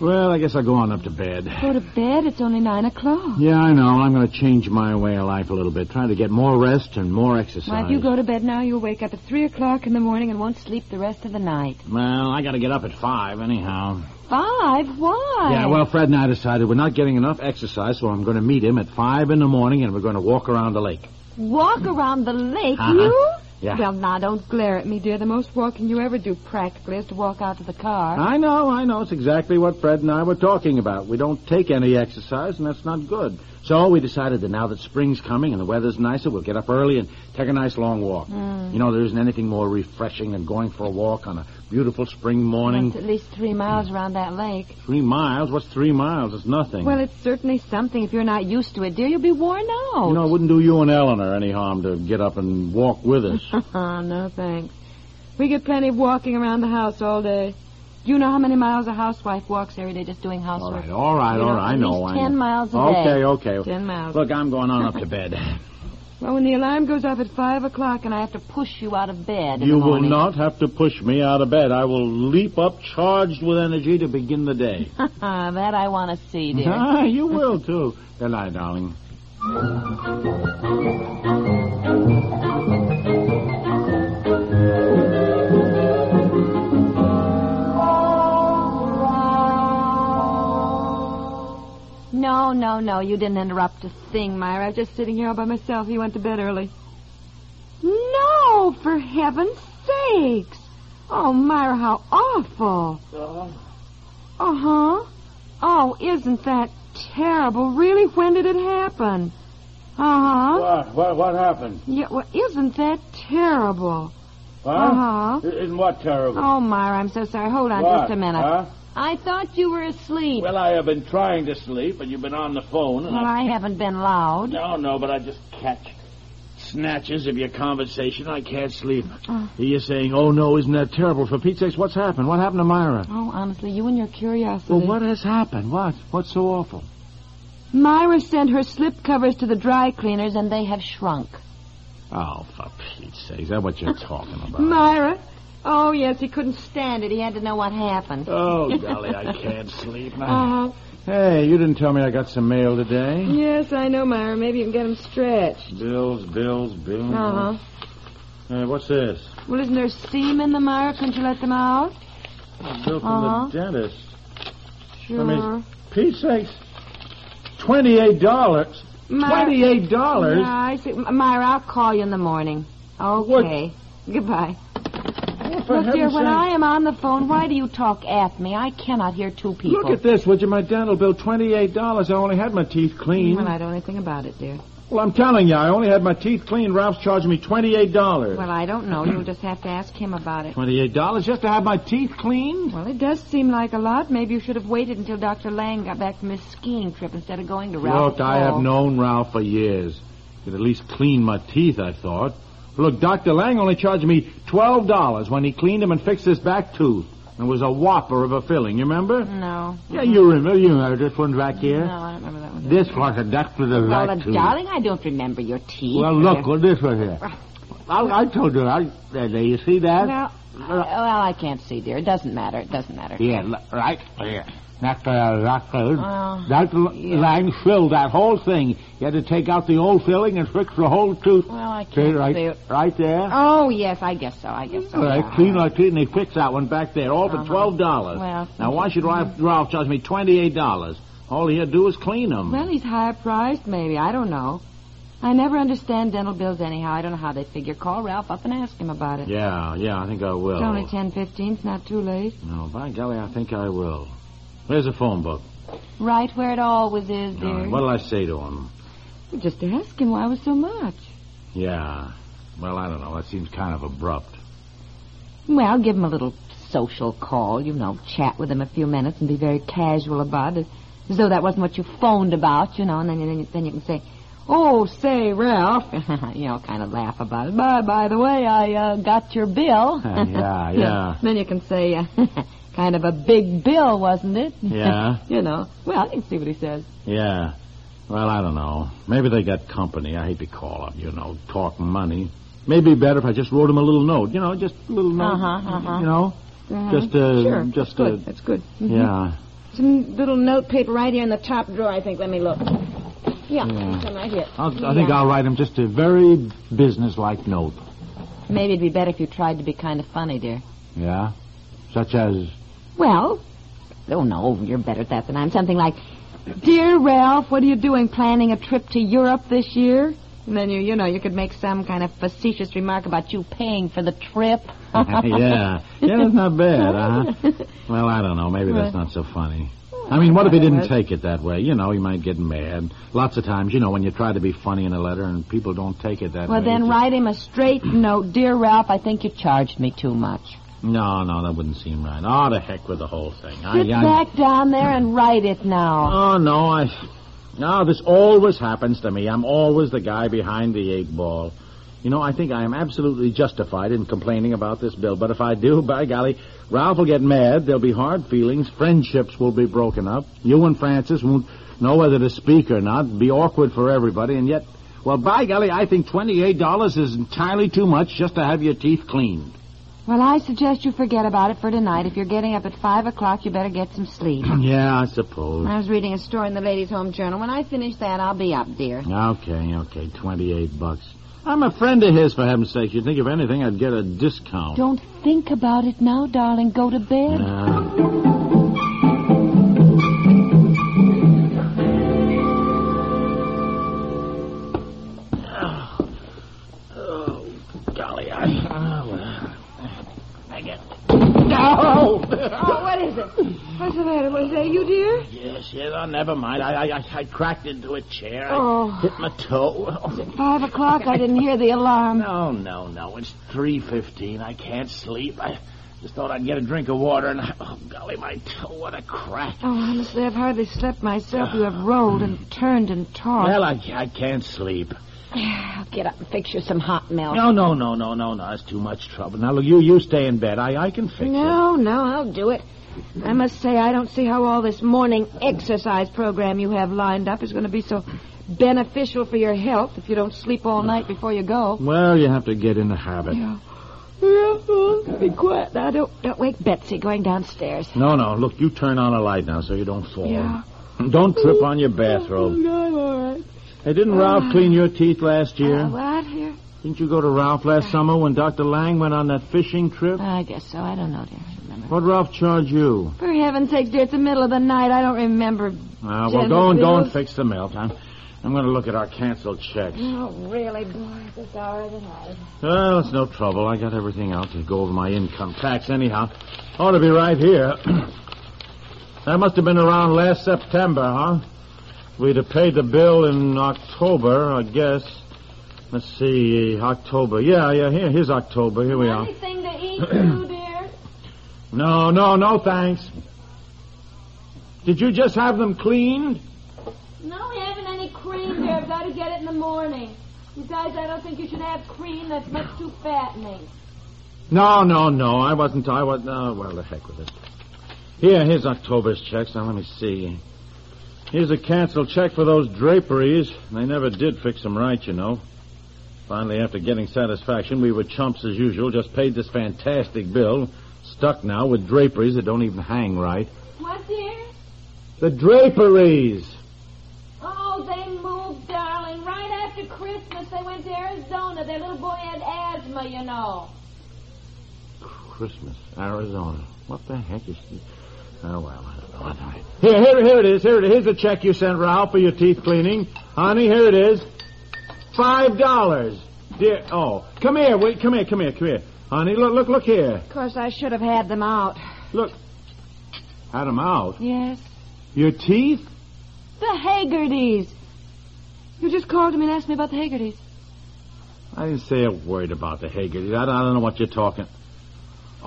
Well, I guess I'll go on up to bed. Go to bed. It's only nine o'clock. Yeah, I know. I'm going to change my way of life a little bit. Try to get more rest and more exercise. Why, if you go to bed now, you'll wake up at three o'clock in the morning and won't sleep the rest of the night. Well, I got to get up at five anyhow. Five? Why? Yeah, well, Fred and I decided we're not getting enough exercise, so I'm going to meet him at five in the morning, and we're going to walk around the lake. Walk around the lake, Uh-huh. you? Yeah. Well, now don't glare at me, dear. The most walking you ever do practically is to walk out to the car. I know, I know. It's exactly what Fred and I were talking about. We don't take any exercise, and that's not good. So we decided that now that spring's coming and the weather's nicer, we'll get up early and take a nice long walk. You know, there isn't anything more refreshing than going for a walk on a beautiful spring morning. It's at least three miles around that lake. Three miles? What's three miles? It's nothing. Well, it's certainly something. If you're not used to it, dear, you'll be worn out. you know, it wouldn't do you and Eleanor any harm to get up and walk with us. Oh, no thanks. We get plenty of walking around the house all day. Do you know how many miles a housewife walks every day just doing all housework? right, all right, You all know, right. I at know. least I 10 know. miles a day. Okay, okay. Ten miles. Look, I'm going on up to bed. Well, when the alarm goes off at five o'clock and I have to push you out of bed, in you the will morning. not have to push me out of bed. I will leap up charged with energy to begin the day. Ah, that I want to see, dear. ah, you will, too. Good night, darling. No, no, no. You didn't interrupt a thing, Myra. I was just sitting here all by myself. You went to bed early. No, for heaven's sakes. Oh, Myra, how awful. Uh huh. Oh, isn't that terrible? Really? When did it happen? Uh huh. What? What, what happened? Yeah, well, isn't that terrible? Huh? Uh-huh. Isn't what terrible? Oh, Myra, I'm so sorry. Hold on What? just a minute. Huh? I thought you were asleep. Well, I have been trying to sleep, and you've been on the phone, and Well, I haven't been loud. No, no, but I just catch snatches of your conversation. I can't sleep. You're saying, oh, no, isn't that terrible? For Pete's sakes, what's happened? What happened to Myra? Oh, honestly, you and your curiosity. Well, what has happened? What? What's so awful? Myra sent her slip covers to the dry cleaners, and they have shrunk. Oh, for Pete's sake, is that what you're talking about? Myra? Oh, yes, he couldn't stand it. He had to know what happened. Uh-huh. Oh, golly, I can't sleep Oh. now. Hey, you didn't tell me I got some mail today. Yes, I know, Myra. Maybe you can get him stretched. Bills, bills, bills. Uh huh. Hey, what's this? Well, isn't there steam in them, Myra? Couldn't you let them out? A bill from Uh-huh. the dentist. Sure. mean, Pete's sakes, $28. Myra. $28? Yeah, I see. M- Myra, I'll call you in the morning. Okay. Goodbye. Oh, for Look, dear, heaven's when sake. I am on the phone, why do you talk at me? I cannot hear two people. Look at this, would you? My dental bill, twenty-eight dollars. I only had my teeth cleaned. Well, I don't know anything about it, dear. Well, I'm telling you, I only had my teeth cleaned. Ralph's charging me twenty-eight dollars. Well, I don't know. You'll just have to ask him about it. Twenty-eight dollars just to have my teeth cleaned? Well, it does seem like a lot. Maybe you should have waited until Dr. Lang got back from his skiing trip instead of going to Ralph. Look, I have Hall. known Ralph for years. Could at least clean my teeth, I thought. Look, Doctor Lang only charged me twelve dollars when he cleaned him and fixed his back tooth. It was a whopper of a filling, you remember? No. Yeah, you remember. You remember this one back here? No, I don't remember that one. This was a duck with a rat Lola, tooth. darling, I don't remember your teeth. Well, look, well, this was here. I, I told you. I, there, there, you see that? No. Well, I can't see, dear. It doesn't matter. It doesn't matter. Yeah, l- right there. That, uh, that, uh, Well, that l- line filled that whole thing. You had to take out the old filling and fix the whole tooth. Well, I See, can't right, see it. right there. Oh, yes, I guess so. I guess so. All right, yeah. Uh-huh. clean like clean. They fixed that one back there, all for twelve dollars. Well, now why should Ralph, Ralph charge me twenty-eight dollars? All he'll do is clean them. Well, he's higher priced, maybe. I don't know. I never understand dental bills anyhow. I don't know how they figure. Call Ralph up and ask him about it. Yeah, yeah, I think I will. It's only ten fifteen. It's not too late. No, by golly, I think I will. Where's the phone book? Right where it always is, dear. Uh, what'll I say to him? Just ask him why it was so much. Yeah. Well, I don't know. That seems kind of abrupt. Well, give him a little social call. You know, chat with him a few minutes and be very casual about it. As though that wasn't what you phoned about, you know, and then, then, you, then you can say, Oh, say, Ralph, you know, kind of laugh about it. By, by the way, I uh, got your bill. yeah, yeah. Then you can say, uh, kind of a big bill, wasn't it? Yeah. you know. Well, you can see what he says. Yeah. Well, I don't know. Maybe they got company. I hate to call up, you know, talk money. Maybe better if I just wrote him a little note, you know, just a little note. Uh-huh, uh-huh. You know? Just uh sure. just That's uh good. That's good. Mm-hmm. yeah. Some little notepaper right here in the top drawer, I think. Let me look. Yeah, Yeah. some right here. I'll, I think I'll write him just a very businesslike note. Maybe it'd be better if you tried to be kind of funny, dear. Yeah. Such as Well, oh no, you're better at that than I'm. Something like, "Dear Ralph, what are you doing? Planning a trip to Europe this year?" And then you, you know, you could make some kind of facetious remark about you paying for the trip. yeah. Yeah, that's not bad, huh? Well, I don't know. Maybe that's not so funny. I mean, what if he didn't take it that way? You know, he might get mad. Lots of times, you know, when you try to be funny in a letter and people don't take it that Well, way. then it's- write him a straight note. Dear Ralph, I think you charged me too much. No, no, that wouldn't seem right. Oh, the heck with the whole thing. I, Sit I- back down there and write it now. Oh, no, I. No, this always happens to me. I'm always the guy behind the eight ball. You know, I think I am absolutely justified in complaining about this bill, but if I do, by golly, Ralph will get mad. There'll be hard feelings. Friendships will be broken up. You and Francis won't know whether to speak or not. Be awkward for everybody, and yet, well, by golly, I think $28 is entirely too much just to have your teeth cleaned. Well, I suggest you forget about it for tonight. If you're getting up at five o'clock, you better get some sleep. yeah, I suppose. I was reading a story in the Ladies' Home Journal. When I finish that, I'll be up, dear. Okay, okay, 28 bucks. I'm a friend of his, for heaven's sake. You'd think, if anything, I'd get a discount. Don't think about it now, darling. Go to bed. Uh, Uh, Oh, golly, I... Oh, well, I get... Oh! Oh, what is it? What's the matter? Was that you, dear? yes, yes, oh, never mind. I, I, I- I cracked into a chair. Oh. I hit my toe. Five o'clock. I didn't hear the alarm. No, no, no. It's three fifteen. I can't sleep. I just thought I'd get a drink of water, and I, oh golly, my toe! What a crack! Oh, honestly, I've hardly slept myself. You have rolled and turned and tossed. Well, I, I can't sleep. Get up and fix you some hot milk. No, no, no, no, no, no. It's too much trouble. Now look, you you stay in bed. I I can fix it. No, no, I'll do it. I must say, I don't see how all this morning exercise program you have lined up is going to be so beneficial for your health if you don't sleep all night before you go. Well, you have to get in the habit. Be quiet now. Don't, don't wake Betsy going downstairs. No, no. Look, you turn on a light now so you don't fall. Yeah. Oh, Don't trip on your bathrobe. I'm all right. Uh, Hey, didn't Ralph clean your teeth last year? what here? Didn't you go to Ralph last summer when Dr. Lang went on that fishing Uh, trip? I guess so. I don't know, dear. I remember. What Ralph charge you? For heaven's sake, dear, it's the middle of the night. I don't remember. Uh, well, Jennifer go and go and Beals. fix the milk. I'm, I'm going to look at our canceled checks. Oh, really, boy, this hour of the night. Well, it's no trouble. I got everything out to go over my income tax anyhow. Ought to be right here. that must have been around last September, huh? We'd have paid the bill in October, I guess. Let's see, October. Yeah, yeah, here, here's October. Here we are. Anything to eat, too, dear? No, no, no, thanks. Did you just have them cleaned? No, we haven't any cream, dear. I've got to get it in the morning. Besides, I don't think you should have cream. That's much too fattening. No, no, no. I wasn't. I was. Oh, well, the heck with it. Here, here's October's checks. Now, let me see. Here's a canceled check for those draperies. They never did fix them right, you know. Finally, after getting satisfaction, we were chumps as usual, just paid this fantastic bill, stuck now with draperies that don't even hang right. What, dear? The draperies! Oh, they moved, darling. Right after Christmas, they went to Arizona. Their little boy had asthma, you know. Christmas, Arizona. What the heck is this? Oh, well, I don't know. I don't know. Here, here, here it is. Here it is. Here's the check you sent Ralph for your teeth cleaning. Honey, here it is. Five dollars. Dear, oh, come here. Wait, come here, come here, come here. Honey, look, look, look here. Of course, I should have had them out. Look. Had 'em out. Yes. Your teeth? The Haggertys. You just called him and asked me about the Haggertys. I didn't say a word about the Haggerty. I, I don't know what you're talking.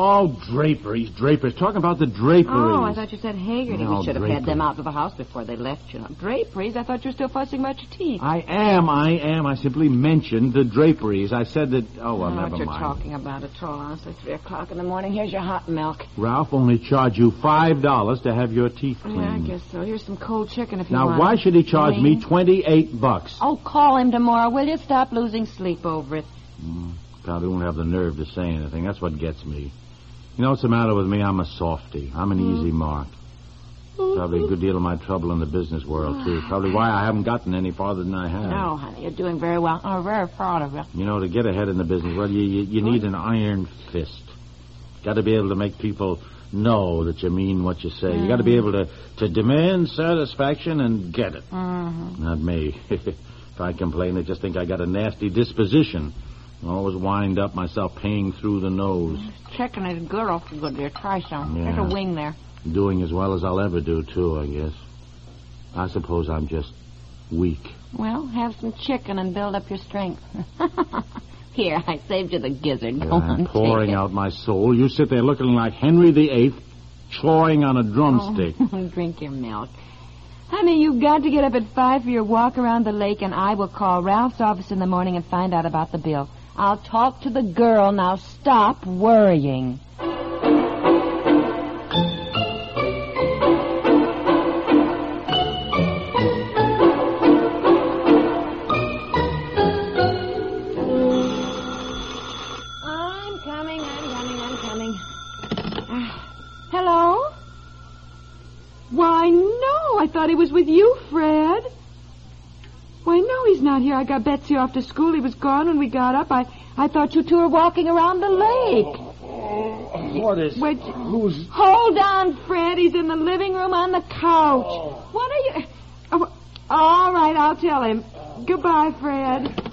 Oh, draperies, draperies. Talking about the draperies. Oh, I thought you said Haggerty. No, we should have had drapery. them out of the house before they left, you know. Draperies? I thought you were still fussing about your teeth. I am, I am. I simply mentioned the draperies. I said that. Oh, well, I don't know never what you're mind. talking about at all, honestly. Three o'clock in the morning. Here's your hot milk. Ralph only charged you five dollars to have your teeth cleaned. Yeah, I guess so. Here's some cold chicken if you Now, want. why should he charge me Clean. twenty-eight bucks? Oh, call him tomorrow, will you? Stop losing sleep over it. God, he won't have the nerve to say anything. That's what gets me. You know what's the matter with me? I'm a softy. I'm an easy mark. Probably a good deal of my trouble in the business world too. Probably why I haven't gotten any farther than I have. No, Oh, honey, you're doing very well. I'm very proud of you. You know, to get ahead in the business world, you you, you need an iron fist. Got to be able to make people know that you mean what you say. You got to be able to to demand satisfaction and get it. Mm-hmm. Not me. if I complain, they just think I got a nasty disposition. I always wind up myself paying through the nose. Chicken is good, awful good, dear. Try some. Yeah. There's a wing there. doing as well as I'll ever do, too, I guess. I suppose I'm just weak. Well, have some chicken and build up your strength. Here, I saved you the gizzard. Go on, I'm Oh, take pouring it. out my soul. You sit there looking like Henry VIII chawing Oh, on a drumstick. Drink your milk. Honey, you've got to get up at five for your walk around the lake, and I will call Ralph's office in the morning and find out about the bill. I'll talk to the girl. Now stop worrying. I'm coming, I'm coming, I'm coming. Ah, hello? Why, no, I thought he was with you, Fred. Why, no, he's not here. I got Betsy off to school. He was gone when we got up. I, I thought you two were walking around the lake. Oh, What is... Wait, Who's... hold on, Fred. He's in the living room on the couch. What are you... Oh, all right, I'll tell him. Goodbye, Fred.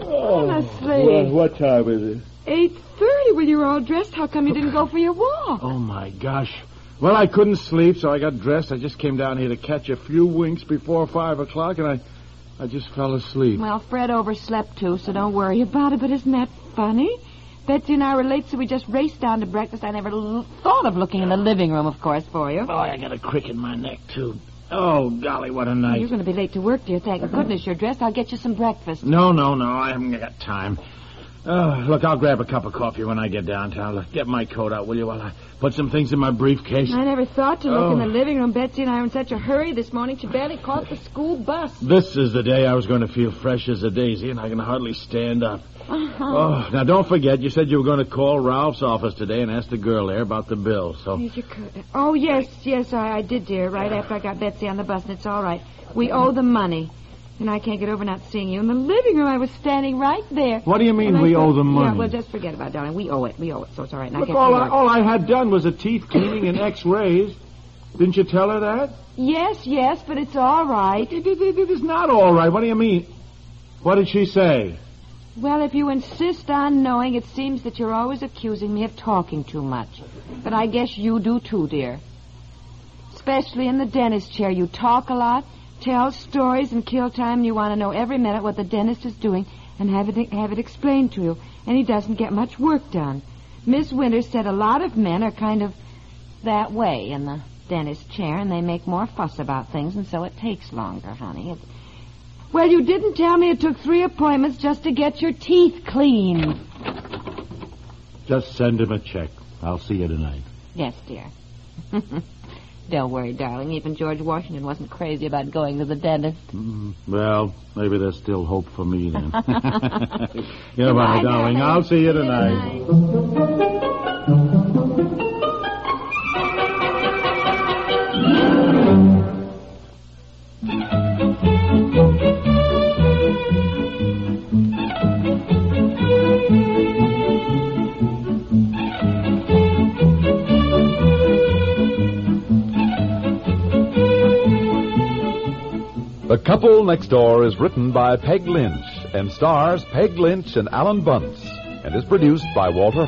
Oh, Honestly. what time is it? 8.30. Well, you were all dressed. How come you didn't go for your walk? Oh, my gosh. Well, I couldn't sleep, so I got dressed. I just came down here to catch a few winks before five o'clock, and I... I just fell asleep. Well, Fred overslept too, so don't worry about it. But isn't that funny? Betsy and I were late, so we just raced down to breakfast. I never l- thought of looking in the living room, of course, for you. Boy, I got a crick in my neck, too. Oh, golly, what a night. You're going to be late to work, dear. Thank goodness you're dressed. I'll get you some breakfast. No, no, no. I haven't got time. Oh, look, I'll grab a cup of coffee when I get downtown. Look, get my coat out, will you, while I put some things in my briefcase? I never thought to look Oh. in the living room. Betsy and I were in such a hurry this morning, she barely caught the school bus. This is the day I was going to feel fresh as a daisy, and I can hardly stand up. Oh, now don't forget, you said you were going to call Ralph's office today and ask the girl there about the bill. So, Yes, you could. Oh, yes, yes, I, I did, dear, right after I got Betsy on the bus, and it's all right. We owe the money. And I can't get over not seeing you in the living room. I was standing right there. What do you mean And I we thought- owe the money? Yeah, well, just forget about it, darling. We owe it. We owe it, so it's all right. Now look, get all to I, work. all I had done was a teeth cleaning and X-rays. Didn't you tell her that? Yes, yes, but it's all right. It, it- it- it is not all right. What do you mean? What did she say? Well, if you insist on knowing, it seems that you're always accusing me of talking too much. But I guess you do too, dear. Especially in the dentist chair. You talk a lot, tell stories, and kill time. You want to know every minute what the dentist is doing and have it, have it explained to you. And he doesn't get much work done. Miss Winter said a lot of men are kind of that way in the dentist chair, and they make more fuss about things, and so it takes longer, honey. It's well, you didn't tell me it took three appointments just to get your teeth cleaned. Just send him a check. I'll see you tonight. Yes, dear. Don't worry, darling. Even George Washington wasn't crazy about going to the dentist. Well, maybe there's still hope for me then. Goodbye, Goodbye, darling. darling. I'll see you tonight. The Couple Next Door is written by Peg Lynch and stars Peg Lynch and Alan Bunce and is produced by Walter.